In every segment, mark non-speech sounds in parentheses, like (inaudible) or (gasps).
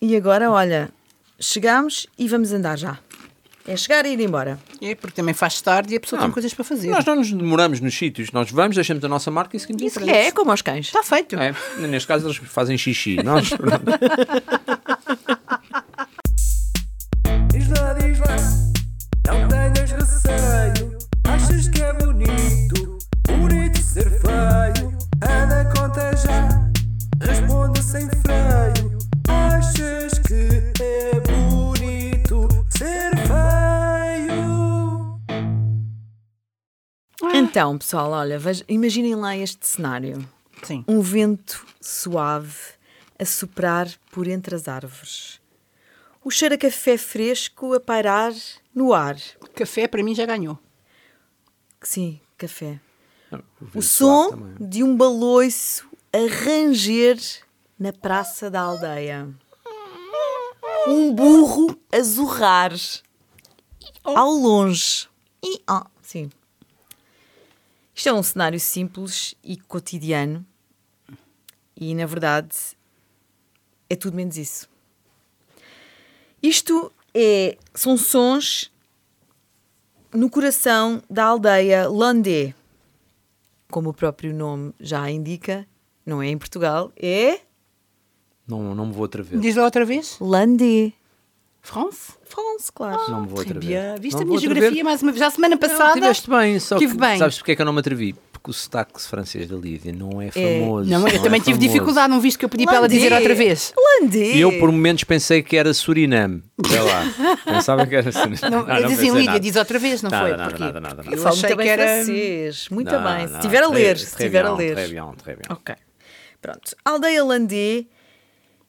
E agora, olha, chegámos e vamos andar já. É chegar e ir embora. É porque também faz tarde e a pessoa tem coisas para fazer. Nós não nos demoramos nos sítios, nós vamos, deixamos a nossa marca e seguimos em Isso frente. é, é como aos cães. Está feito. É, neste caso eles fazem xixi. (laughs) Nós, Diz lá, diz lá, não tenhas receio. Achas que é bonito, bonito ser feio? Anda, conta já, responde sem freio. Achas que é bonito ser feio? Então, pessoal, olha, vej- imaginem lá este cenário. Sim. Um vento suave a soprar por entre as árvores. O cheiro a café fresco a pairar no ar. Café para mim já ganhou. Sim, café. o O som de um baloiço a ranger na praça da aldeia. Um burro a zurrar ao longe. E, ah, sim. Isto é um cenário simples e cotidiano. E, na verdade, é tudo menos isso. Isto é, são sons no coração da aldeia Landé como o próprio nome já indica, não é em Portugal, é Não, não me vou atrever. Diz lá outra vez. Landê. France? France, claro. Não me vou Très atrever. bien. Viste Não a vou minha atrever. geografia mais uma vez? Já a semana Não, passada. Estiveste bem, só Tive que bem. sabes porque é que eu não me atrevi? Porque o sotaque francês da Lídia não é famoso. Não, eu é também tive famoso. dificuldade, não viste que eu pedi para ela Landê. dizer outra vez. Landê. E eu por momentos pensei que era Suriname. Sei lá. (laughs) Pensava que era Suriname. Não, eu dizia pensei Lídia, nada. diz outra vez, não Nada, foi? Nada, Porquê? nada, nada, nada. eu Eu falo muito achei bem que era- francês. Muito Não, bem. se não, estiver a très- ler, se très estiver a bien, ler. très bien, très bien. Ok. Pronto. A aldeia Landê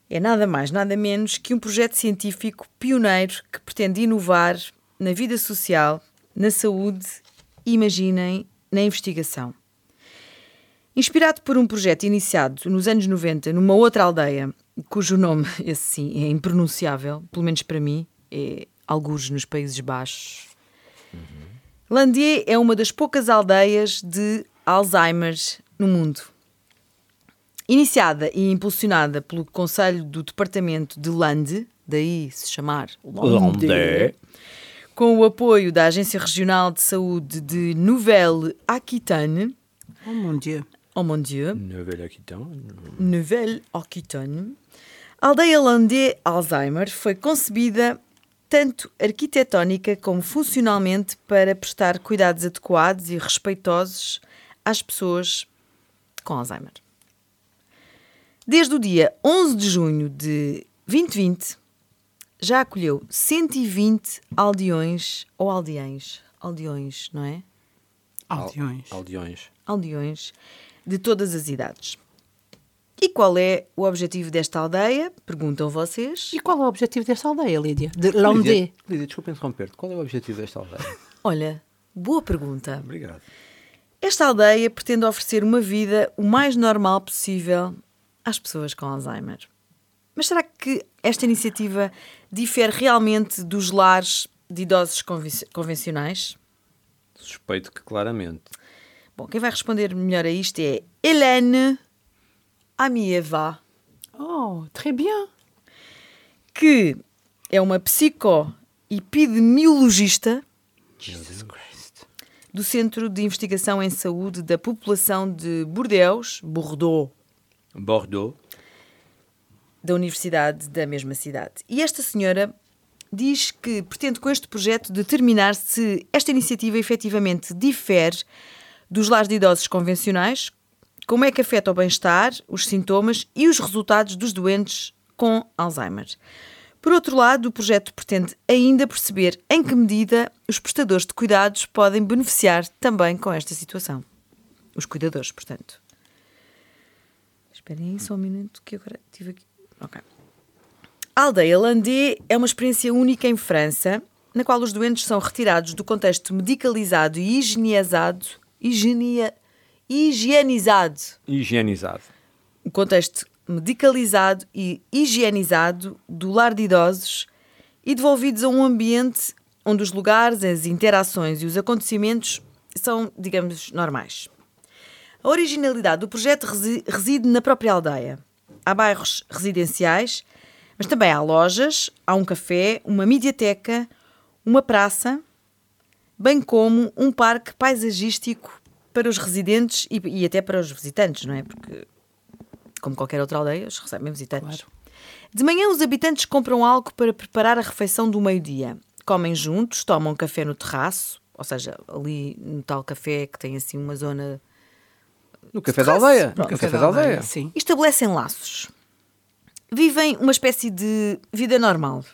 é nada mais, nada menos que um projeto científico pioneiro que pretende inovar na vida social, na saúde, imaginem, na investigação. Inspirado por um projeto iniciado nos anos 90 numa outra aldeia, cujo nome, (laughs) esse sim, é impronunciável, pelo menos para mim, é algures nos Países Baixos. Landier é uma das poucas aldeias de Alzheimer no mundo. Iniciada e impulsionada pelo Conselho do Departamento de Lande, daí se chamar Lande, Lande. com o apoio da Agência Regional de Saúde de Nouvelle-Aquitaine, Oh, mon Dieu. oh mon Dieu, Nouvelle-Aquitaine. Nouvelle-Aquitaine. A aldeia Landé Alzheimer foi concebida tanto arquitetónica como funcionalmente para prestar cuidados adequados e respeitosos às pessoas com Alzheimer. Desde o dia 11 de junho de 2020, já acolheu 120 aldeões ou aldeães, aldeões, não é? Aldeões. Aldeões. aldeões de todas as idades. E qual é o objetivo desta aldeia? Perguntam vocês. E qual é o objetivo desta aldeia, Lídia? De Londê. Lídia, Lídia, desculpa interromper-te. Qual é o objetivo desta aldeia? Olha, boa pergunta. Obrigado. Esta aldeia pretende oferecer uma vida o mais normal possível às pessoas com Alzheimer. Mas será que esta iniciativa difere realmente dos lares de idosos conven- convencionais? Suspeito que claramente. Bom, quem vai responder melhor a isto é Helene Amieva. Oh, très bien. que é uma psicoepidemiologista Jesus Christ. do Centro de Investigação em Saúde da População de Bordeaux, Bordeaux, Bordeaux. da Universidade da mesma cidade. E esta senhora diz que pretende com este projeto determinar se esta iniciativa efetivamente difere dos lares de idosos convencionais, como é que afeta o bem-estar, os sintomas e os resultados dos doentes com Alzheimer. Por outro lado, o projeto pretende ainda perceber em que medida os prestadores de cuidados podem beneficiar também com esta situação. Os cuidadores, portanto. Esperem aí só um minuto que agora tive aqui. Ok. A aldeia Landé é uma experiência única em França, na qual os doentes são retirados do contexto medicalizado e higienizado, higienia, higienizado, Higienizado. o um contexto medicalizado e higienizado do lar de idosos e devolvidos a um ambiente onde os lugares, as interações e os acontecimentos são, digamos, normais. A originalidade do projeto resi- reside na própria aldeia. Há bairros residenciais, Mas também há lojas, há um café, uma mediateca, uma praça, bem como um parque paisagístico para os residentes e, e até para os visitantes, não é? Porque, como qualquer outra aldeia, eles recebem visitantes. De manhã, os habitantes compram algo para preparar a refeição do meio-dia. Comem juntos, tomam café no terraço, ou seja, ali no tal café que tem assim uma zona No café da aldeia. No Pronto. café da aldeia. Sim. e estabelecem laços. Vivem uma espécie de vida normal,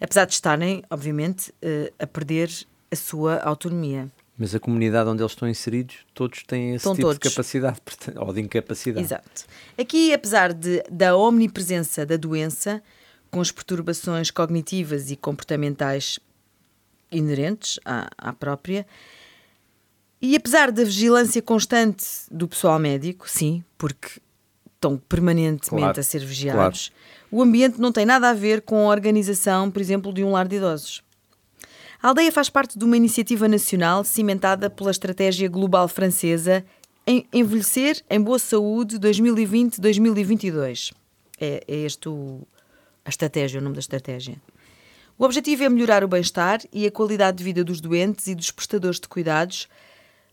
apesar de estarem, obviamente, eh, a perder a sua autonomia. Mas a comunidade onde eles estão inseridos, todos têm esse Estão tipo de todos. capacidade portanto, ou de incapacidade. Exato. Aqui, apesar de, da omnipresença da doença, com as perturbações cognitivas e comportamentais inerentes à, à própria, e apesar da vigilância constante do pessoal médico, sim, porque estão permanentemente Claro, a ser vigiados, o ambiente não tem nada a ver com a organização, por exemplo, de um lar de idosos. A aldeia faz parte de uma iniciativa nacional cimentada pela estratégia global francesa em Envelhecer em Boa Saúde 2020-2022. É, é este o, a estratégia, o nome da estratégia. O objetivo é melhorar o bem-estar e a qualidade de vida dos doentes e dos prestadores de cuidados,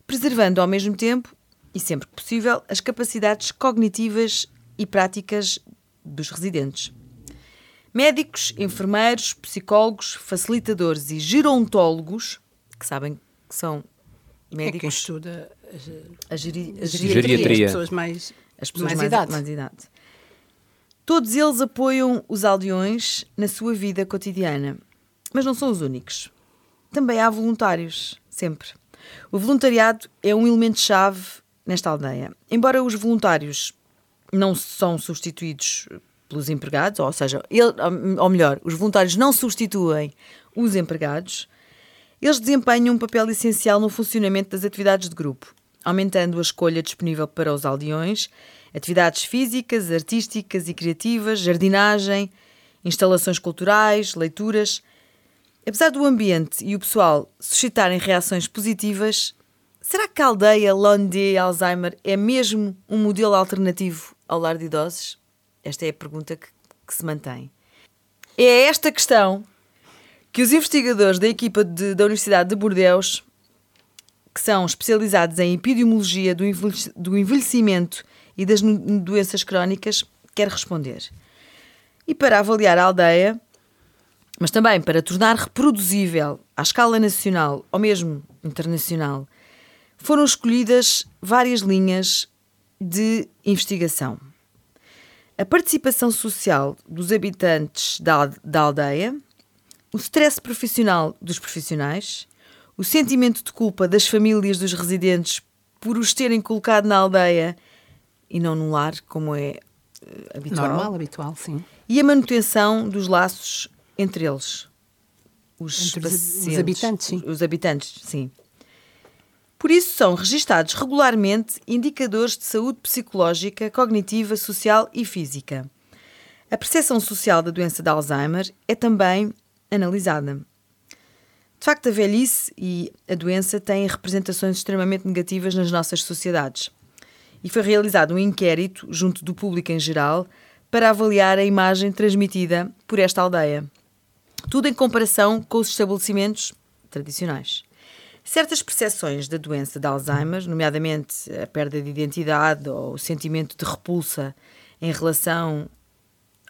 preservando ao mesmo tempo, e sempre que possível, as capacidades cognitivas e práticas dos residentes. Médicos, enfermeiros, psicólogos, facilitadores e gerontólogos, que sabem que são É quem médicos, estuda as, a, geri- a as geriatria, Geriatria. As pessoas mais, as pessoas mais, mais, idade. mais idade. Todos eles apoiam os aldeões na sua vida cotidiana, mas não são os únicos. Também há voluntários, sempre. O voluntariado é um elemento-chave nesta aldeia. Embora os voluntários não são substituídos pelos empregados, ou seja, ele- ou melhor, os voluntários não substituem os empregados, eles desempenham um papel essencial no funcionamento das atividades de grupo, aumentando a escolha disponível para os aldeões, atividades físicas, artísticas e criativas, jardinagem, instalações culturais, leituras. Apesar do ambiente e o pessoal suscitarem reações positivas, será que a aldeia Londé Alzheimer é mesmo um modelo alternativo ao lar de idosos? Esta é a pergunta que- que se mantém. É esta questão que os investigadores da equipa de- da Universidade de Bordeus, que são especializados em epidemiologia do envelhec- do envelhecimento e das no- doenças crónicas, quer responder. E para avaliar a aldeia, mas também para tornar reproduzível à escala nacional ou mesmo internacional, foram escolhidas várias linhas de investigação. A participação social dos habitantes da, al- da aldeia, o stress profissional dos profissionais, o sentimento de culpa das famílias dos residentes por os terem colocado na aldeia e não no lar, como é eh, habitual Normal, habitual, sim. e a manutenção dos laços entre eles. Os, Entre os- os pacientes, habitantes, sim. Os habitantes, sim. Por isso são registados regularmente indicadores de saúde psicológica, cognitiva, social e física. A percepção social da doença de Alzheimer é também analisada. De facto, a velhice e a doença têm representações extremamente negativas nas nossas sociedades. E foi realizado um inquérito, junto do público em geral, para avaliar a imagem transmitida por esta aldeia. Tudo em comparação com os estabelecimentos tradicionais. Certas percepções da doença de Alzheimer, nomeadamente a perda de identidade ou o sentimento de repulsa em relação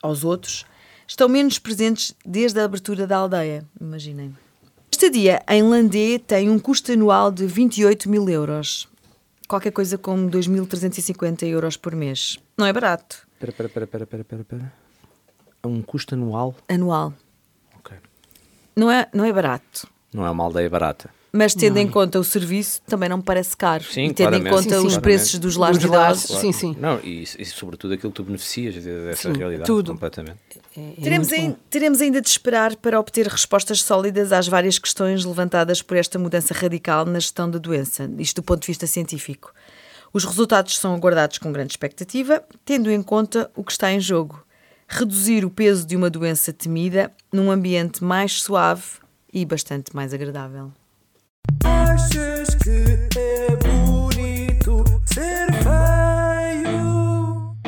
aos outros, estão menos presentes desde a abertura da aldeia, imaginem. Este dia em Landê tem um custo anual de 28 mil euros. Qualquer coisa como 2.350 euros por mês. Não é barato. Espera, espera, espera, espera, espera, espera, espera. É um custo anual? Anual. Ok. Não é, não é barato. Não é uma aldeia barata. Mas tendo em conta o serviço, também não me parece caro. Sim, e tendo em claramente. conta Sim, sim. os preços dos lares Dos de idosos. lares. Sim, sim. Não, e, e sobretudo aquilo que tu beneficias de- dessa Sim, realidade. tudo. Completamente. É- é Teremos, muito ain- bom. teremos ainda de esperar para obter respostas sólidas às várias questões levantadas por esta mudança radical na gestão da doença, isto do ponto de vista científico. Os resultados são aguardados com grande expectativa, tendo em conta o que está em jogo: reduzir o peso de uma doença temida num ambiente mais suave e bastante mais agradável. Achas que é bonito ser feio?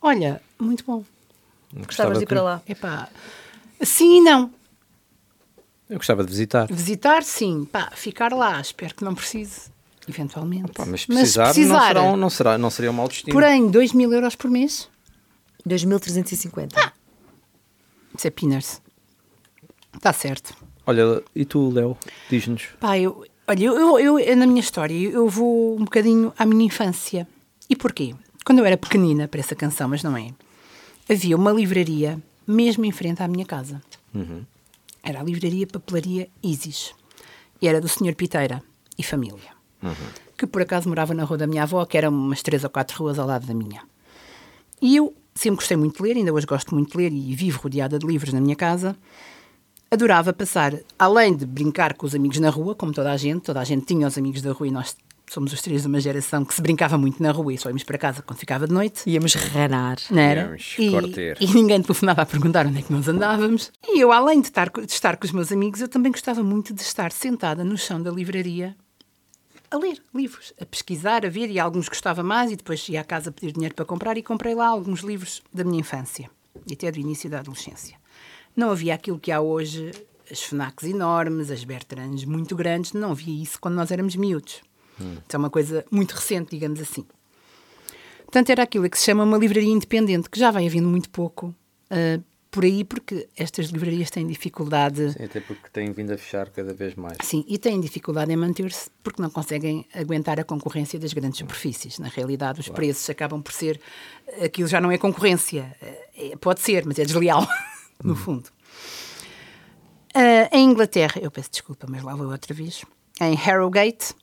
Olha, muito bom. Gostava Gostavas de ir que- para lá. Epá, sim e não. Eu gostava de visitar. Visitar, sim. Pá, ficar lá, espero que não precise, eventualmente. Pá, mas precisar, se precisar, Não, será um, não, será, não seria um mau destino. porém, 2 mil euros por mês, 2350. isso é peanuts. Está certo. Olha, e tu, Léo, diz-nos. Pá, eu, olha, eu, eu, eu- na minha história, eu vou um bocadinho à minha infância. E porquê? Quando eu era pequenina, para essa canção, mas não é, havia uma livraria mesmo em frente à minha casa. Era a livraria Papelaria Isis. E era do Sr. Piteira e família. Que por acaso morava na rua da minha avó, que era umas três ou quatro ruas ao lado da minha. E eu sempre gostei muito de ler, ainda hoje gosto muito de ler e vivo rodeada de livros na minha casa. Adorava passar, além de brincar com os amigos na rua, como toda a gente, toda a gente tinha os amigos da rua e nós somos os três de uma geração que se brincava muito na rua e só íamos para casa quando ficava de noite. Íamos ranar. Não era? Íamos E, cortar. e ninguém telefonava a perguntar onde é que nós andávamos. E eu, além de estar, co- de estar com os meus amigos, eu também gostava muito de estar sentada no chão da livraria a ler livros, a pesquisar, a ver, e alguns gostava mais, e depois ia à casa pedir dinheiro para comprar, e comprei lá alguns livros da minha infância, e até do início da adolescência. Não havia aquilo que há hoje, as FNACs enormes, as Bertrands muito grandes, não havia isso quando nós éramos miúdos. Isso é uma coisa muito recente, digamos assim. Portanto, era aquilo que se chama uma livraria independente, que já vai havendo muito pouco ah, por aí, porque estas livrarias têm dificuldade. Sim, até porque tem vindo a fechar cada vez mais. Sim, e têm dificuldade em manter-se porque não conseguem aguentar a concorrência das grandes superfícies. Na realidade, os preços acabam por ser. Aquilo já não é concorrência. Eh, eh, Pode ser, mas é desleal, (laughs) no fundo. Ah, em Inglaterra, eu peço desculpa, mas lá vou outra vez. Em Harrogate,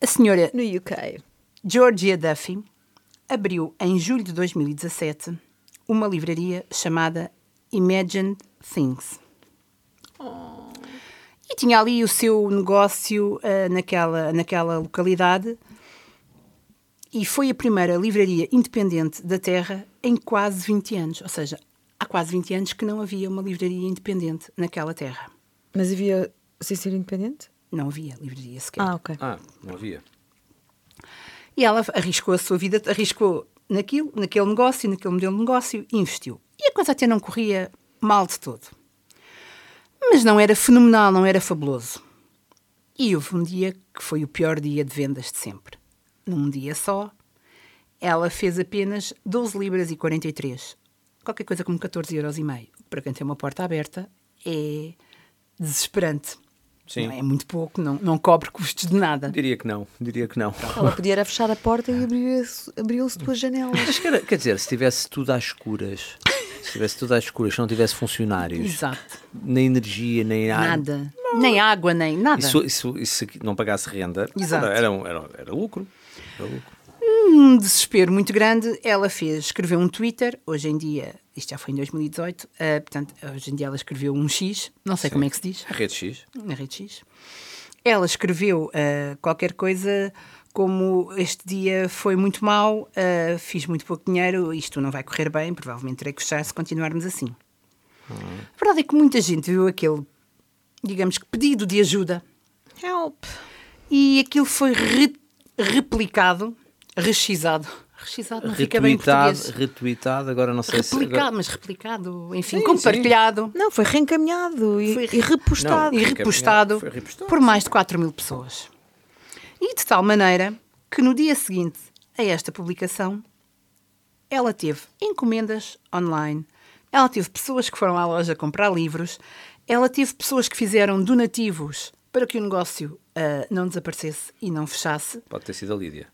a senhora No UK. Georgia Duffy abriu em julho de 2017 uma livraria chamada Imagined Things. E tinha ali o seu negócio ah, naquela, naquela localidade e foi a primeira livraria independente da Terra em quase 20 anos. Ou seja, há quase 20 anos que não havia uma livraria independente naquela Terra. Mas havia sem ser independente? Não havia livraria sequer. Ah, ok. Ah, não havia. E ela arriscou a sua vida, arriscou naquilo, naquele negócio, naquele modelo de negócio e investiu. E a coisa até não corria mal de todo. Mas não era fenomenal, não era fabuloso. E houve um dia que foi o pior dia de vendas de sempre. Num dia só, ela fez apenas 12 libras e 43. Qualquer coisa como 14 euros e meio. Para quem tem uma porta aberta, é desesperante. Sim. Não é muito pouco, não, não cobre custos de nada. Diria que não, diria que não. Ela podia era fechar a porta e abrir-se- abriam-se duas janelas. Mas quer, quer dizer, se tivesse tudo às escuras, se tivesse tudo às escuras, se não tivesse funcionários, Exato. nem energia, nem ar, Nada. Nem água, nem nada. E se, e se- e se não pagasse renda, Exato. Era, era, um- era- era lucro. Era lucro. Um desespero muito grande. Ela fez, escreveu um Twitter, hoje em dia, isto já foi em 2018, ah, portanto, hoje em dia ela escreveu um X, não sei como é que se diz, A rede X. na rede X. Ela escreveu ah, qualquer coisa como este dia foi muito mau, ah, fiz muito pouco dinheiro, isto não vai correr bem, provavelmente terei que fechar se continuarmos assim. A verdade é que muita gente viu aquele, digamos que, pedido de ajuda Help! E aquilo foi re- replicado, rexizado. Rexizado não fica bem em Retweetado, português. retweetado, agora não sei se. agora- Replicado, mas replicado, enfim, Sim, compartilhado Não, foi reencaminhado e, Foi e re- repostado. Não, e Foi repostado foi repostado, por mais de 4 mil pessoas. E de tal maneira que no dia seguinte a esta publicação, ela teve encomendas online, ela teve pessoas que foram à loja comprar livros, ela teve pessoas que fizeram donativos para que o negócio ah, não desaparecesse e não fechasse. Pode ter sido a Lídia.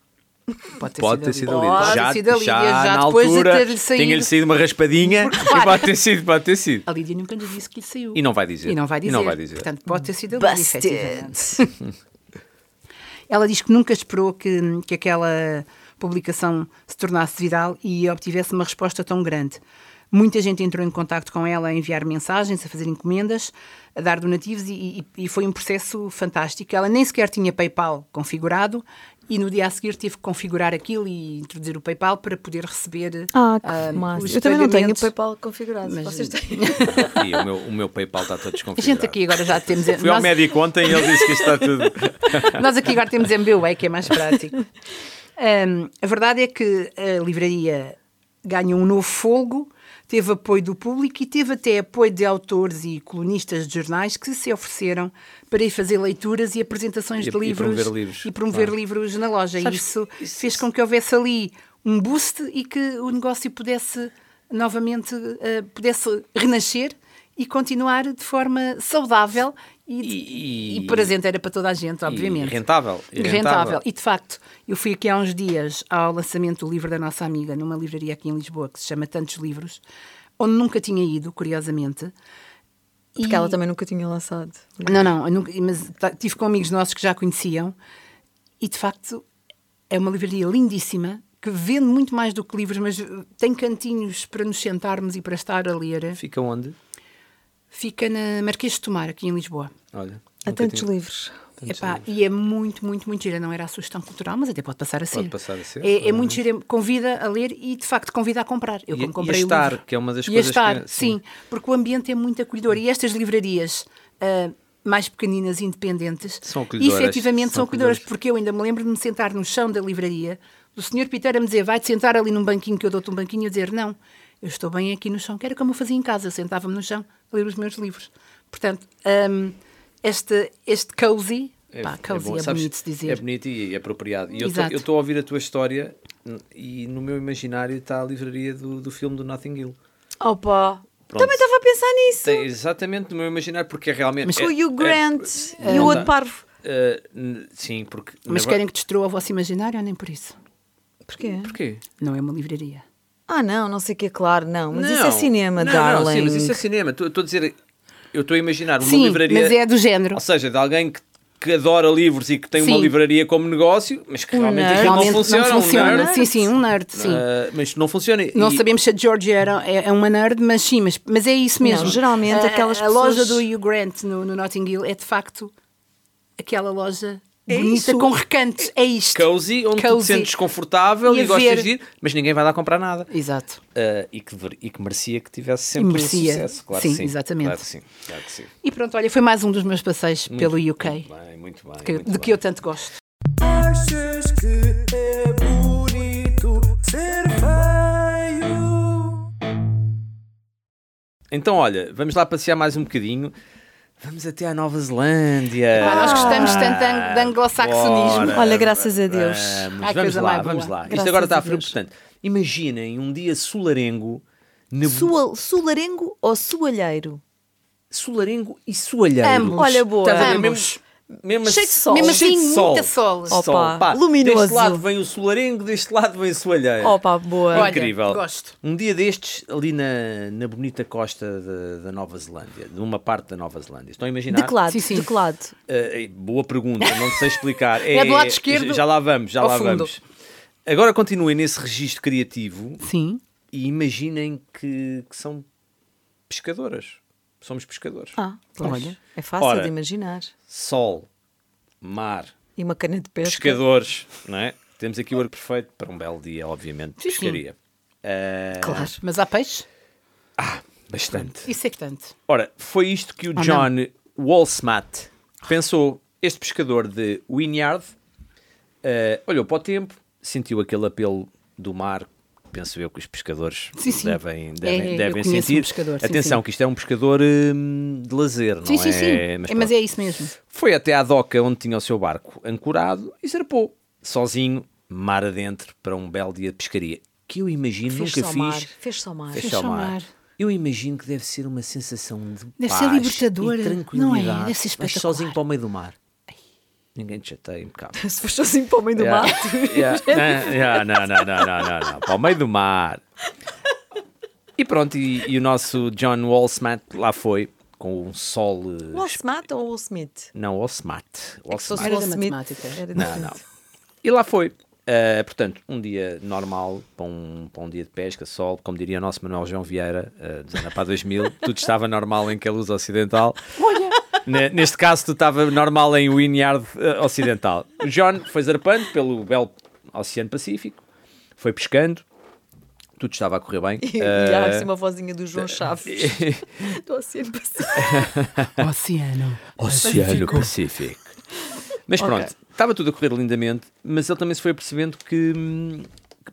Pode ter Pode ter sido a sido a Lídia. Lídia. Pode ter sido a Lídia, já depois de ter-lhe saído. tinha-lhe saído uma raspadinha. Porque, claro. E pode ter sido, pode ter sido. A Lídia nunca lhe disse que lhe saiu. E não vai dizer. E não vai dizer. E não vai dizer. Portanto, pode ter sido a Lídia, Busted! efetivamente. Ela diz que nunca esperou que, que aquela publicação se tornasse viral e obtivesse uma resposta tão grande. Muita gente entrou em contato com ela a enviar mensagens, a fazer encomendas, a dar donativos e, e- e foi um processo fantástico. Ela nem sequer tinha PayPal configurado e no dia a seguir teve que configurar aquilo e introduzir o PayPal para poder receber. (laughs) Ah, que ah, massa. os Eu também não tenho é o pagamentos. PayPal configurado. Mas- Vocês têm? (laughs) E o meu, o meu PayPal está todo A desconfigurado. gente aqui agora já temos. (laughs) Fui ao nós- médico ontem e ele disse que isto (laughs) está tudo. Nós aqui agora temos MBWay, que é mais prático. Ahm, a verdade é que a é livraria ganhou um novo folgo, teve apoio do público e teve até apoio de autores e colunistas de jornais que se ofereceram para ir fazer leituras e apresentações E- de e livros promover livros. e promover Claro. livros na loja. Sabes- e isso, fez com que houvesse ali um boost e que o negócio pudesse novamente eh, pudesse renascer e continuar de forma saudável e, E- e, prazenteira para toda a gente, obviamente. rentável, e rentável. rentável. E de facto, eu fui aqui há uns dias ao lançamento do livro da nossa amiga, numa livraria aqui em Lisboa, que se chama Tantos Livros, onde nunca tinha ido, curiosamente. Porque E- ela também nunca tinha lançado. Não, não, eu nunca- mas ta- tive com amigos nossos que já conheciam e de facto é uma livraria lindíssima que vende muito mais do que livros, mas uh, tem cantinhos para nos sentarmos e para estar a ler. Fica onde? Fica na Marquês de Tomar, aqui em Lisboa. Olha. Há Então nunca tantos tinha- livros. Tantos Epá, e é muito, muito, muito gira. Não era a sugestão cultural, mas até pode passar a ser. passar a ser, É, é claro. muito gira. Convida a ler e, de facto, convida a comprar. Eu, E- como e a comprei o estar, livro- que é uma das e a coisas que- estar, sim. sim. porque o ambiente é muito acolhedor. E estas livrarias ah, mais pequeninas, independentes, São acolhedoras. efetivamente são, São acolhedoras, acolhedoras. porque eu ainda me lembro de me sentar no chão da livraria, do senhor Peter a me dizer, vai-te sentar ali num banquinho que eu dou-te um banquinho, e eu dizer, não, eu estou bem aqui no chão, que era como eu fazia em casa, eu sentava-me no chão a ler os meus livros. Portanto, hum, este, este cozy, pá, cozy é, bom, sabes, bonito se dizer. É bonito e apropriado. E eu tô- Exato. eu estou a ouvir a tua história n- e no meu imaginário está a livraria do, do filme do Nothing Hill. Opa! Pronto. Também estava a pensar nisso. Tem exatamente no meu imaginário, porque é realmente. Com o é, Hugh Grant é- e o não outro dá. parvo. Eh, n- sim, porque. Mas na querem ver- que destrua o vosso imaginário ou nem por isso? Porquê? Porquê? Não é uma livraria. Ah, não, não sei o que é claro, não. Mas isso Não. é cinema, Não, darling. Não, sim, mas isso é cinema. Estou estou a dizer, eu estou a imaginar uma Sim, livraria. mas é do género. Ou seja, de alguém que, que adora livros e que tem uma Sim. livraria como negócio, mas que realmente, aquilo Realmente não funciona. um nerd. Sim, sim, um nerd, sim. Ah, mas não funciona. Não e, sabemos se a Georgia era, é, é uma nerd, mas sim, mas, mas é isso mesmo. Não, geralmente a, aquelas A loja pessoas- do Hugh Grant no, no Notting Hill é de facto aquela loja É bonita isso. com recantos. É isto. cozy, onde tu te Cozy. sentes desconfortável E e, a ver- gostas de ir, mas ninguém vai lá comprar nada. Exato. Ah, e, que, dever- e que merecia que tivesse sempre E merecia. esse sucesso, claro Sim, que sim. exatamente. Claro que sim, claro que sim. E pronto, olha, foi mais um dos meus passeios pelo UK, Muito bem, muito bem. que- muito de bem. que eu tanto gosto. Achas que é bonito ser feio? Então, olha, vamos lá passear mais um bocadinho. Vamos até à Nova Zelândia. Ah, nós gostamos tanto de ang- de anglo-saxonismo. Bora, Olha, graças a Deus. Vamos, Ai, vamos coisa lá, mais boa. vamos lá. Graças Isto agora a está frio, Deus. portanto. Imaginem um dia solarengo, nebu... Sua, sularengo ou sualheiro? solarengo e soalheiro. Ambos. Olha, boa. Estás a ver? Ambos. Mesmo, mesmo Cheio de sol. Mesmo cheio de assim, sol. muita sol. Opa, pá. luminoso. Deste lado vem o solarengo, deste lado vem o soalheiro. Opa, boa. Olha, Incrível. gosto. Um dia destes, ali na, na bonita costa de- da Nova Zelândia, de uma parte da Nova Zelândia. Estão a imaginar? De que lado? Sim, sim. De que lado? Eh, eh, boa pergunta, não sei explicar. (laughs) É do lado esquerdo Já lá vamos, já ao lá fundo. vamos. Agora continuem nesse registro criativo Sim. e imaginem que, que são pescadoras. Somos pescadores. Ah, Pois. olha. É fácil Ora. de imaginar. Sol, mar, E uma cana de pesca. pescadores, não é? Temos aqui o arco perfeito para um belo dia, obviamente, Sim, sim. pescaria. Eh, Claro. Mas há peixe? bastante. Isso é que tanto. Ora, foi isto que o John Walsmat pensou. Este pescador de Wynyard eh, olhou para o tempo, sentiu aquele apelo do mar. Penso eu que os pescadores Sim, sim. devem, É, devem, eu devem conheço um sentir. pescador, sim, Atenção, sim. que isto é um pescador hum, de lazer, não Sim, é? sim, sim. É, Mas, pronto. é isso mesmo. Foi até à doca onde tinha o seu barco ancorado e zarpou, sozinho, mar adentro, para um belo dia de pescaria. Que eu imagino, Fez nunca só fiz. mar. Fez só mar. Fez Deixa só ao mar. mar. Eu imagino que deve ser uma sensação de Deve paz ser libertadora, e não é? tranquilidade. Deve ser Vais espetacular. sozinho para o meio do mar. Ninguém te chateia, impecável. (laughs) (laughs) Se foste assim para o meio do Yeah, mato. (laughs) yeah, ah, yeah, não, não, não, não, não, não. Para o meio do mar. E pronto, e, e o nosso John Walsmat lá foi, com um sol... eh, O Will Smith ou um o Will Smith? Não, Walsmat. É que se fosse o Will Walsmat. Era da Smith, matemática. era Não, diferente. não. E lá foi. Ah, portanto, um dia normal para um, para um dia de pesca, sol, como diria o nosso Manuel João Vieira, ah, dos anos para 2000, tudo estava normal em Queluz Ocidental. Olha, Ne- Neste caso, tu estava normal em Wynyard eh, Ocidental. O John foi zarpando pelo belo Oceano Pacífico, foi pescando, tudo estava a correr bem. (laughs) E, e há Ah, assim uma vozinha do João Chaves. (laughs) eh, (laughs) assim do Oceano Pacífico. oceano. (laughs) Oceano Pacífico. Mas pronto, estava tudo a correr lindamente, mas ele também se foi apercebendo que, hum,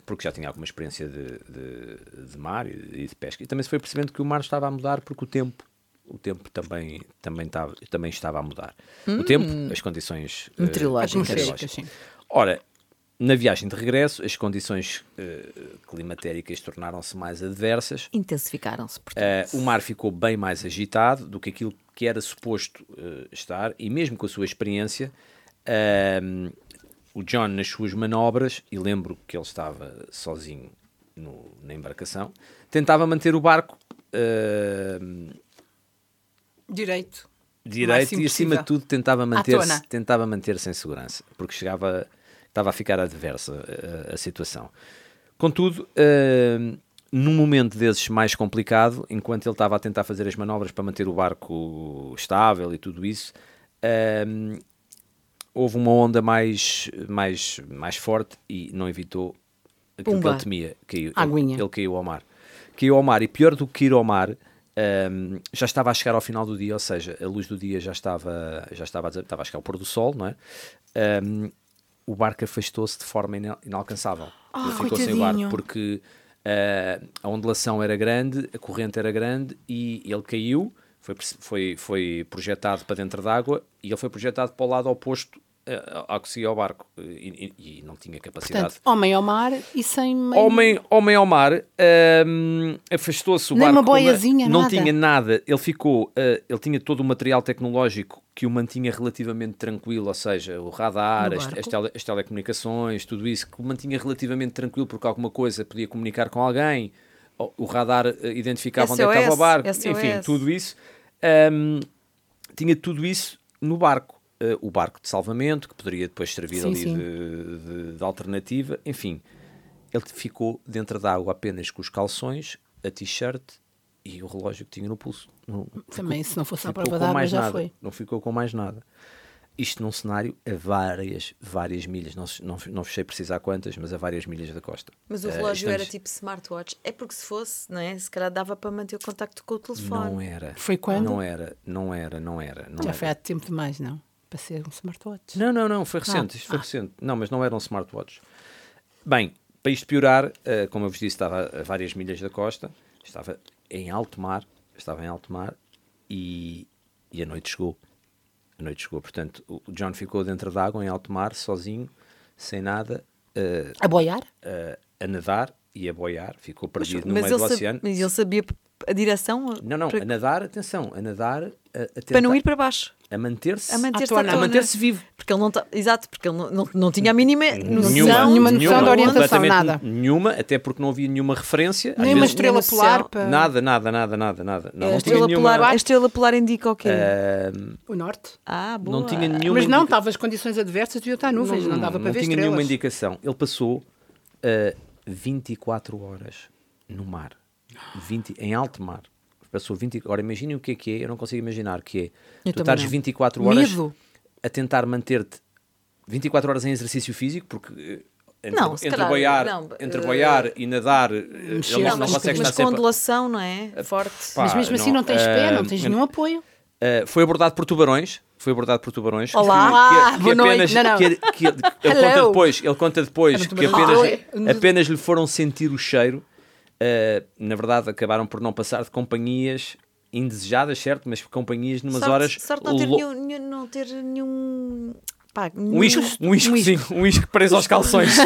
porque já tinha alguma experiência de, de, de mar e e de pesca. E também se foi percebendo que o mar estava a mudar porque o tempo, o tempo também, também, estava, também estava a mudar. O tempo, as condições eh, Meteorológicas. meteorológicas. Sim. Ora, na viagem de regresso, as condições eh, climatéricas tornaram-se mais adversas. Intensificaram-se, portanto. Eh, o mar ficou bem mais agitado do que aquilo que era suposto eh, estar, e mesmo com a sua experiência, ehm, o John, nas suas manobras, e lembro que ele estava sozinho no- na embarcação, tentava manter o barco ehm, Direito. direito Máximo e, acima de possível. tudo, tentava manter-se tona. tentava manter-se em segurança, porque chegava, estava a ficar adversa eh, a, situação. Contudo, eh, num momento desses mais complicado, enquanto ele estava a tentar fazer as manobras para manter o barco estável e tudo isso, eh, houve uma onda mais, mais, mais forte e não evitou aquilo que Pumba. ele temia. Caiu, Aguinha. ele caiu ao mar. Caiu ao mar e pior do que ir ao mar, hum, já estava a chegar ao final do dia, ou seja, a luz do dia já estava, já estava, a, des- estava a chegar ao pôr do sol, não é? Hum, o barco afastou-se de forma ina- inalcançável. Ah, Ele ficou sem o barco coitadinho. porque ah, a ondulação era grande, a corrente era grande e ele caiu, foi, perce- foi, foi projetado para dentro d'água e ele foi projetado para o lado oposto ah, ao que seguia ao barco e, e- e não tinha capacidade Portanto, homem ao mar e sem meio. homem, homem ao mar, hum, afastou-se o Nem barco. uma boiazinha, não nada. tinha nada. Ele ficou, uh, ele tinha todo o material tecnológico que o mantinha relativamente tranquilo, ou seja, o radar, No as, barco. as tele- as telecomunicações, tudo isso que o mantinha relativamente tranquilo porque alguma coisa podia comunicar com alguém. O- O radar uh, identificava onde é que estava o SOS, barco, SOS. enfim, tudo isso. Hum, tinha tudo isso no barco. Uh, o barco de salvamento, que poderia depois servir Sim, ali sim. De, de- de alternativa, enfim. Ele ficou dentro da água apenas com os calções, a t-shirt e o relógio que tinha no pulso. Não, Também, se não fosse à ficou prova com d'água, mais já nada. foi. Não ficou com mais nada. Isto num cenário a várias, várias milhas. Não, se- não, não sei precisar quantas, mas a várias milhas da costa. Mas o Eh, relógio estamos- era tipo smartwatch. É porque se fosse, não é? Se calhar dava para manter o contacto com o telefone. Não é, era. Foi quando? Não era, não era, não era. Não Já era. foi há tempo demais, não? Para ser um smartwatch. Não, não, não, foi Ah, recente. Isto foi recente. Não, mas não eram smartwatches. Bem, para isto piorar, eh, como eu vos disse, estava a várias milhas da costa, estava em alto mar, estava em alto mar e, e a noite chegou. A noite chegou, portanto, o o John ficou dentro da água em alto mar, sozinho, sem nada, eh, A boiar? eh, a nadar e a boiar, ficou perdido no mas meio ele, do sab- oceano. mas ele sabia a direção Não, não, para, a nadar, atenção, a nadar, a, a para não tentar- ir para baixo. a manter-se A manter-se à à tona. tona. A manter-se vivo. Porque ele não tá- Exato, porque ele não, não, não tinha a mínima noção. Nenhuma, nenhuma noção de orientação, completamente nada. Nenhuma, até porque não havia nenhuma referência. às Nem uma vezes- estrela noção. polar para Nada, nada, nada, nada, nada. Não, É, a, não tinha estrela nenhuma, Eh, polar, a estrela polar indica o quê? o norte. ah, boa. não tinha nenhuma. Mas não, indica- estava as condições adversas deviam estar nuvens, não, dava para não ver tinha estrelas. nenhuma indicação. Ele passou ah, 24 horas no mar, 20, em alto mar. Passou 20 Ora, imaginem o que é que é, eu não consigo imaginar que é. Eu tu também estares não. 24 horas Medo. a tentar manter-te 24 horas em exercício físico, porque eh, entre, Não, se entre calhar, boiar, não, entre eh, boiar e nadar, eh, mexer, ele não, não, não mas, consegue mas estar com sempre. ondulação, não é? Forte. pá, Mas mesmo assim não tens pé, não tens eh, nenhum apoio. Uh, foi abordado por tubarões. Foi abordado por tubarões. Olá. Olá, Ah, boa noite. apenas, Não, não. que- que- ele Hello. conta depois, ele conta depois Era um que tubarão. apenas, apenas lhe foram sentir o cheiro. Uh, na verdade, acabaram por não passar de companhias indesejadas, certo? Mas companhias numas sorte, horas. sorte não ter lo- nenhum, nenhum- não ter nenhum, pá, Um nenhum- isco, um isco, sim, um isco preso aos (laughs) calções.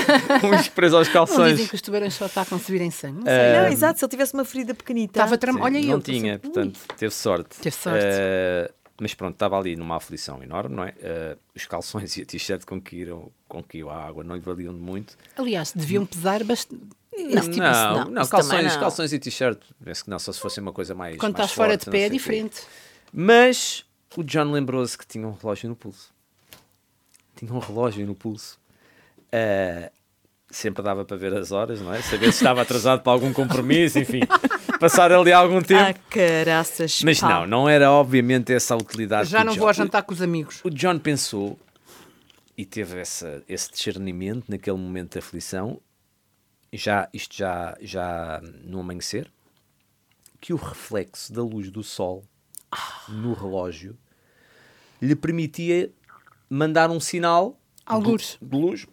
um isco preso aos Não dizem calções. que os tubarões só atacam se virem sangue. Não sei. Eh, Não, exato, se ele tivesse uma ferida pequenita. Estava tram... Olha Ah, tá, não eu. tinha, assim, portanto, teve sorte. Teve sorte. Eh, mas pronto, estava ali numa aflição enorme, não é? Eh, os calções (laughs) e a t-shirt com que iram, com que iam à água não lhe valiam de muito. Aliás, deviam pesar bastante. Esse tipo, isso não, isso também calções, não. calções e t-shirt, penso que não, só se fosse uma coisa mais. Quando mais estás fora forte, de não pé é sei o quê. diferente. Mas o John lembrou-se que tinha um relógio no pulso. Tinha um relógio no pulso. Eh, sempre dava para ver as horas, não é? Saber se estava atrasado para algum (laughs) compromisso, enfim. Passar ali algum tempo. Ah, caraças. Mas pá. não, não era obviamente essa a utilidade. Já Ah, que o não John- vou a jantar com os amigos. O John pensou e teve essa, esse discernimento naquele momento de aflição, já, isto já, já no amanhecer, que o reflexo da luz do sol no relógio lhe permitia mandar um sinal Algures. de luz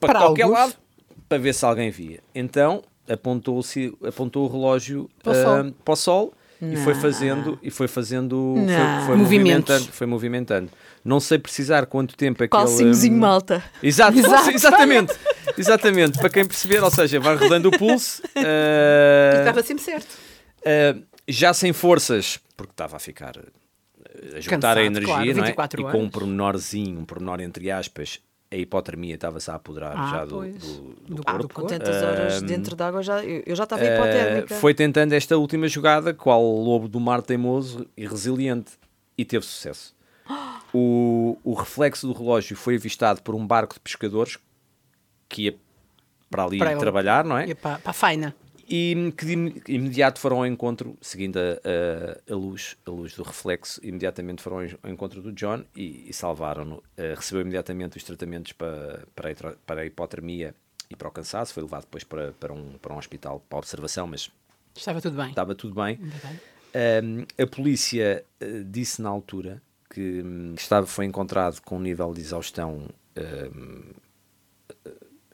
para, Para qualquer algures. lado, para ver se alguém via. Então apontou, -se, apontou o relógio Para o sol. ah, para o sol e foi fazendo e foi fazendo foi- Não. foi, Movimentos. movimentando, foi movimentando. Não sei precisar quanto tempo é aquele Calcinhozinho malta. hum, Exato, Exato. exatamente. Exatamente, para quem perceber, ou seja, vai rodando o (laughs) pulso, E ah, estava sempre certo. ah, já sem forças, porque estava a ficar ah, a juntar Cansado, a energia, claro, não é? 24 E com um anos. pormenorzinho, um pormenor entre aspas, a hipotermia estava-se a apoderar Ah, já do, pois. do- do Do corpo. Ah, Com tantas horas dentro d'água, já, eu, eu já estava hipotérmica. Eh, foi tentando esta última jogada, qual lobo do mar teimoso e resiliente, e teve sucesso. (gasps) O, o reflexo do relógio foi avistado por um barco de pescadores que ia para ali Para ele. trabalhar, não é? E para, para a faina. E que de im- imediato foram ao encontro, seguindo a, a- a luz, a luz do reflexo, imediatamente foram ao en- ao encontro do John e, e salvaram-no. Eh, recebeu imediatamente os tratamentos para, para, a, hitro- para a hipotermia e para o cansaço. Foi levado depois para, para, um, para um hospital para observação, mas Estava tudo bem. estava tudo bem. Ainda bem. Um, a polícia eh, disse na altura que hum, estava, foi encontrado com um nível de exaustão hum,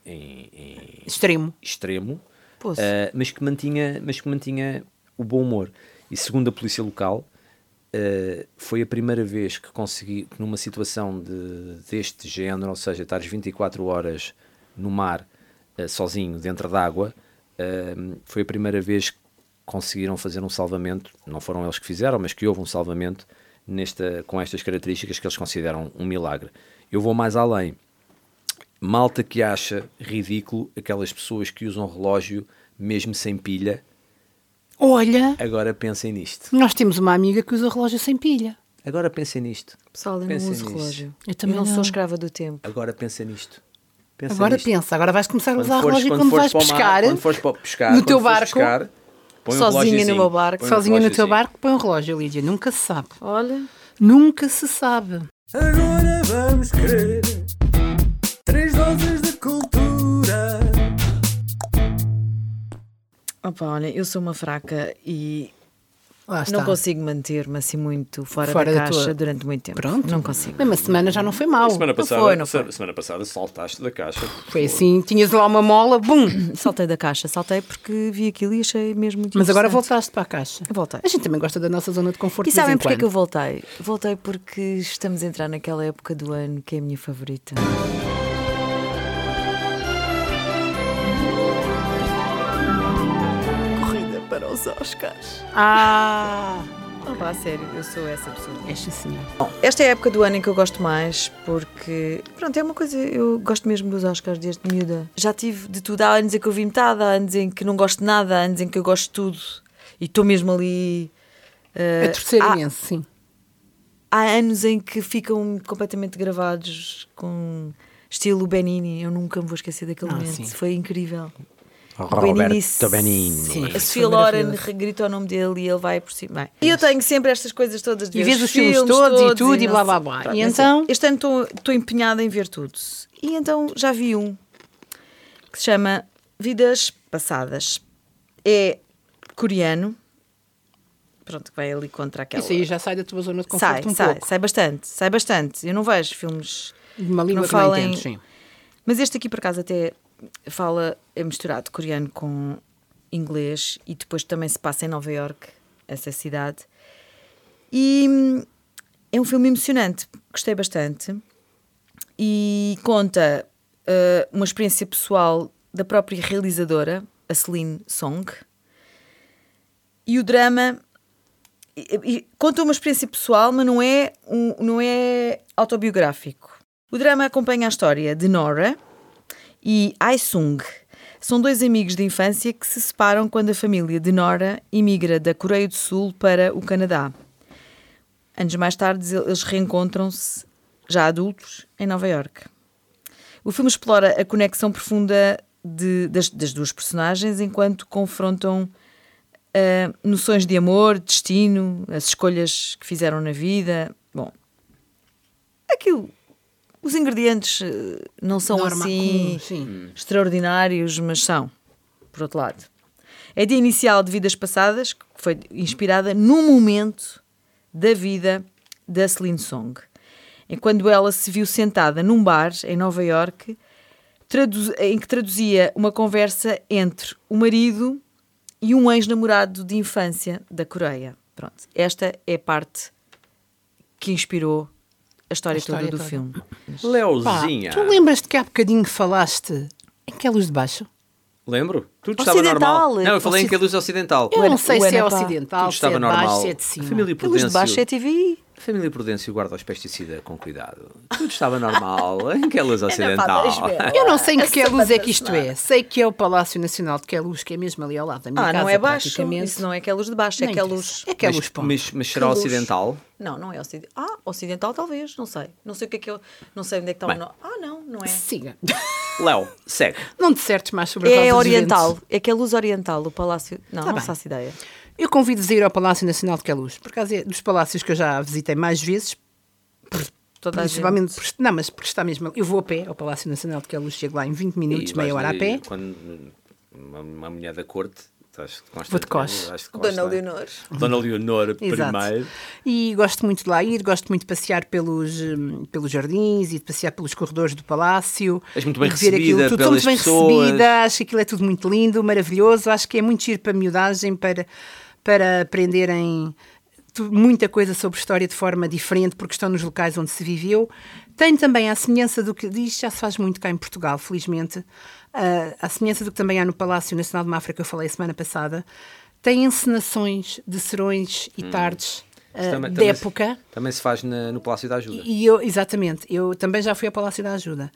em, em Extremo. extremo, Poço. eh, mas, que mantinha, mas que mantinha o bom humor. E segundo a polícia local, eh, foi a primeira vez que consegui, que numa situação de, deste género, ou seja, estares 24 horas no mar, eh, sozinho, dentro d'água, eh, foi a primeira vez que conseguiram fazer um salvamento, não foram eles que fizeram, mas que houve um salvamento nesta, com estas características que eles consideram um milagre. Eu vou mais além malta que acha ridículo aquelas pessoas que usam relógio mesmo sem pilha. Olha, Agora pensem nisto. nós temos uma amiga que usa relógio sem pilha. Agora pensem nisto. Pessoal, eu não pensem uso nisso. relógio. Eu também não, não. sou escrava do tempo. Agora pensem nisto. Pensa agora nisto. pensa, agora vais começar a é Quando usar fores- relógio quando, vais fores para o mar, pescar. quando fores para pescar, no quando teu fores barco, pescar, põe um sozinha no reloginho, meu barco, põe um Sozinha no teu reloginho. barco, põe um relógio, Lídia. Nunca se sabe. Olha, Nunca se sabe. Agora vamos querer Três doses de cultura opa, olha, eu sou uma fraca e Lá está. não consigo manter-me assim muito fora, Fora da da caixa tua- durante muito tempo. Pronto. Não consigo. Mesmo a semana já não foi mal. Semana Não passada, foi, não se- foi. semana passada saltaste da caixa. Foi assim, tinhas lá uma mola, bum! Saltei da caixa, saltei porque vi aquilo e achei mesmo muito Mas agora interessante. voltaste para a caixa. Eu voltei. A gente também gosta da nossa zona de conforto. E de vez sabem em porque é que eu quando. voltei? Voltei porque estamos a entrar naquela época do ano que é a minha favorita. Corrida para os Oscars. Ah! Não vá, a sério, eu sou essa pessoa. Esta senhora. Esta é a época do ano em que eu gosto mais porque, pronto, é uma coisa, eu gosto mesmo dos Oscars desde miúda. Já tive de tudo, há anos em que eu vi metade, há anos em que não gosto de nada, há anos em que eu gosto de tudo e estou mesmo ali. eh, A torcer há- imenso, sim. há anos em que ficam completamente gravados com estilo Benini. Eu nunca me vou esquecer daquele Ah, momento. sim. Foi incrível. Roberto Benigni. Sim. Sim, A foi Sofia Loren maravilhoso. grita o nome dele e ele vai por cima. Bem, E eu tenho sempre estas coisas todas de E ver vês os filmes todos e tudo e não blá, sei- blá, blá. Pronto, E não sei. então? Este ano estou- estou empenhada em ver tudo. E então já vi um que se chama Vidas Passadas. É coreano. Pronto, que vai ali contra aquela Isso aí já sai da tua zona de sai, conforto um sai, pouco. sai bastante, sai bastante. Eu não vejo filmes De uma língua não que não falem- entendes, sim. Mas este aqui por acaso até fala é misturado coreano com inglês e depois também se passa em Nova York, essa cidade. E hum, é um filme emocionante, gostei bastante e conta eh, uma experiência pessoal da própria realizadora, a Celine Song. E o drama e- e- conta uma experiência pessoal, mas não é, um- não é autobiográfico. O drama acompanha a história de Nora e Aisung. São dois amigos de infância que se separam quando a família de Nora imigra da Coreia do Sul para o Canadá. Anos mais tarde, eles reencontram-se, já adultos, em Nova Iorque. O filme explora a conexão profunda de- das, das duas personagens enquanto confrontam ah, noções de amor, destino, as escolhas que fizeram na vida. Bom, aquilo. Os ingredientes eh, não são Norma- assim hum, sim. extraordinários, mas são, por outro lado. É A ideia inicial de Vidas Passadas que foi inspirada num momento da vida da É Celine Song. Enquanto ela se viu sentada num bar em Nova Iorque tradu- em que traduzia uma conversa entre o marido e um ex-namorado de infância da Coreia. Pronto, esta é a parte que inspirou a história, A história toda do toda. filme. Pá, Leozinha. tu lembras-te que há bocadinho falaste em que é a luz de baixo? Lembro? Tudo estava Ocidental. normal. Não, eu falei em que a luz é ocidental. Eu O não Ana- sei o se é Ana Pá. ocidental, Tudo se é estava de normal. baixo, se é de cima. A família A luz de baixo Prudêncio. é TVI. A família Prudêncio guarda os pesticida com cuidado. Tudo estava normal. (laughs) em que a luz ocidental. (laughs) Ana Fábio, espera. Eu não sei em que, que luz é que isto é. Sei que é o Palácio Nacional de Queluz, que é mesmo ali ao lado da minha Ah, casa, não é baixo. praticamente. Isso não é que é luz de baixo, é Nem que é interessa. luz. É que é Mas- luz, pá. Mas, mas será Que luz. ocidental? (laughs) Não, não é ocidental. Ah, ocidental talvez, não sei. Não sei o que é que eu. Não sei onde é que está Bem. o nó. Ah, não, não é. Siga. (laughs) Léo, segue. Não dissertes mais sobre a causa É dos oriental. ventos. É que é luz oriental, o palácio. Não, não Tá bem. faço ideia. Eu convido-vos a ir ao Palácio Nacional de Queluz. Por acaso é dos palácios que eu já visitei mais vezes, Toda a gente- principalmente... por- Não, mas porque está mesmo... Eu vou a pé ao Palácio Nacional de Queluz, chego lá em 20 minutos, E meia vais hora a de- pé. Quando uma, uma mulher da corte, estás de costa. Vou de costa. Estás de costa, Dona não é? Leonor. Dona Leonor, (laughs) Exato. Ah, primeiro. E gosto muito de lá ir, gosto muito de passear pelos, hum, pelos jardins e de passear pelos corredores do palácio. És muito bem e de ver aquilo recebida tudo. Sou muito pelas bem pessoas. recebida, acho que aquilo é tudo muito lindo, maravilhoso. Acho que é muito giro para miudagem, para, para aprenderem tu- muita coisa sobre história de forma diferente, porque estão nos locais onde se viveu. Tem também a semelhança do que diz, já se faz muito cá em Portugal, felizmente, a semelhança do que também há no Palácio Nacional de Mafra, que eu falei semana passada, tem encenações de serões e tardes Isso ah, Hum. também- de também se- época. Também se faz na- no Palácio da Ajuda. E eu, exatamente, eu também já fui ao Palácio da Ajuda.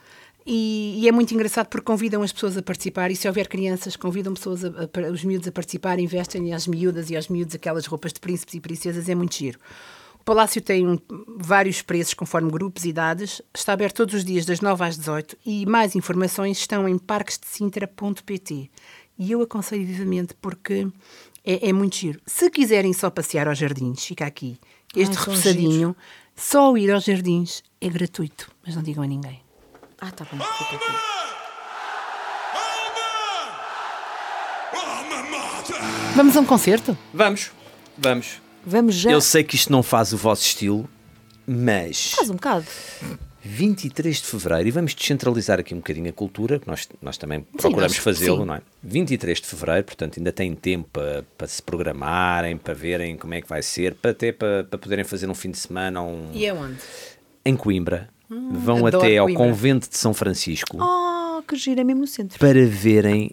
E, e é muito engraçado porque convidam as pessoas a participar e se houver crianças, convidam pessoas a, a- para- os miúdos a participar, investem às miúdas e aos miúdos aquelas roupas de príncipes e princesas, é muito giro. O Palácio tem um- vários preços conforme grupos e idades, está aberto todos os dias das 9 às 18 e mais informações estão em parquesdecintra.pt e eu aconselho vivamente porque é, é muito giro. Se quiserem só passear aos jardins, fica aqui este Ai, tão repousadinho Jardim. Só ir aos jardins é gratuito, mas não digam a ninguém. Ah, tá bem. fica aqui. Vamos a um concerto? Vamos, vamos. Vamos já. Eu sei que isto não faz o vosso estilo, mas Faz um bocado. 23 de fevereiro, e vamos descentralizar aqui um bocadinho a cultura, que nós, nós também procuramos nós- fazê-lo, sim. não é? 23 de fevereiro, portanto, ainda têm tempo para, para se programarem, para verem como é que vai ser, para até para, para poderem fazer um fim de semana ou um, aonde? em Coimbra. Vão Hum, adoro até ao Coimbra. convento de São Francisco Oh, que gira, é mesmo no centro. para verem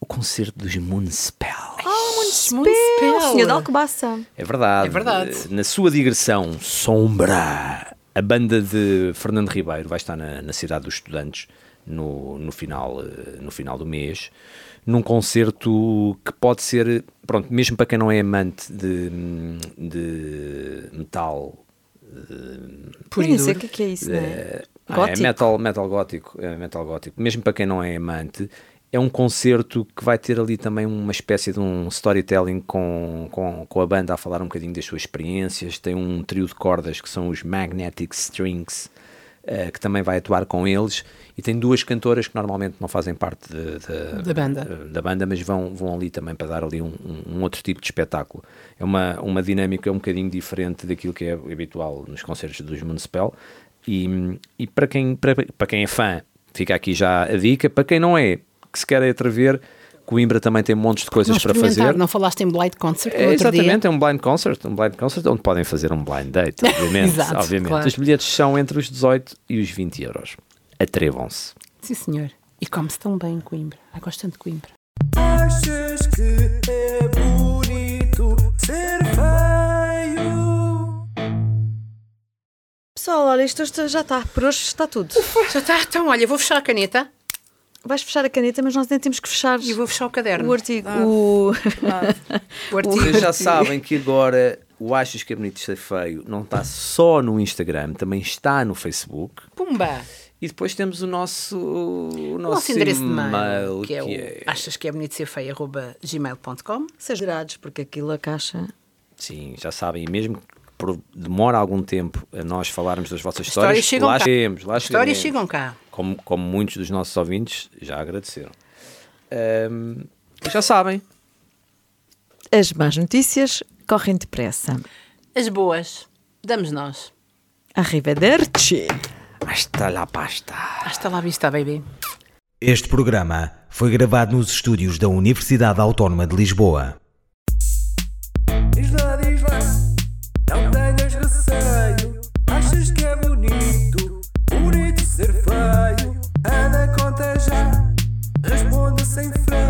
o concerto dos Municipal. Oh, Pelo senhor de Alcobaça. É verdade. Eh, É verdade. Na sua digressão, Sombra, a banda de Fernando Ribeiro vai estar na, na Cidade dos Estudantes no, no, final, eh, no final do mês, num concerto que pode ser, pronto, mesmo para quem não é amante de, hum, de metal, Por eu não sei o que é, que é isso, não é? ah, Gótico. é metal, metal gótico, é metal gótico, mesmo para quem não é amante, é um concerto que vai ter ali também uma espécie de um storytelling com, com, com a banda a falar um bocadinho das suas experiências. Tem um trio de cordas que são os Magnetic Strings, eh, que também vai atuar com eles. E tem duas cantoras que normalmente não fazem parte de- de- Da banda. eh, da banda, mas vão, vão ali também para dar ali um, um- um outro tipo de espetáculo. É uma, uma dinâmica um bocadinho diferente daquilo que é habitual nos concertos dos Municipal. E, e para, quem, para, para quem é fã, fica aqui já a dica. Para quem não é, que se quer atrever, Coimbra também tem montes de coisas Não para fazer. experimentaram, não falaste em Blight Concert no É, outro exatamente, dia? é um blind concert, um blind concert onde podem fazer um blind (laughs) date, obviamente. Exato, obviamente. claro. Os bilhetes são entre os 18 e os 20 euros. Atrevam-se. Sim, senhor. E come-se tão bem em Coimbra. Ai, gosto tanto de Coimbra. Achas que é bonito ser feio? Pessoal, olha, isto isto já está. Por hoje está tudo. Já está, então olha, vou fechar a caneta Vais fechar a caneta, mas nós nem temos que fechar e vou fechar o caderno. o artigo. (laughs) O... O artigo. Vocês já sabem que agora o Achas que é bonito ser feio não está só no Instagram, também está no Facebook. (laughs) Pumba! E depois temos o nosso, o O nosso, nosso endereço de e-mail, mail, que é o achas que é bonito ser feio, arroba gmail.com. Seus grados, porque aquilo a caixa. Sim, já sabem, e mesmo que por- demora algum tempo a nós falarmos das vossas Histórias histórias, chegam lá cá. chegamos, lá Histórias chegam chegaremos. cá. Como, como muitos dos nossos ouvintes já agradeceram. Ahm, já sabem, As más notícias correm depressa. As boas, damos nós. Arrivederci. Hasta la pasta. Hasta lá vista, baby. Este programa foi gravado nos estúdios da Universidade Autónoma de Lisboa. Diz lá, diz lá, não tenhas receio. Achas que é bonito, bonito ser feio? Anda, conta já, responde sem freio. é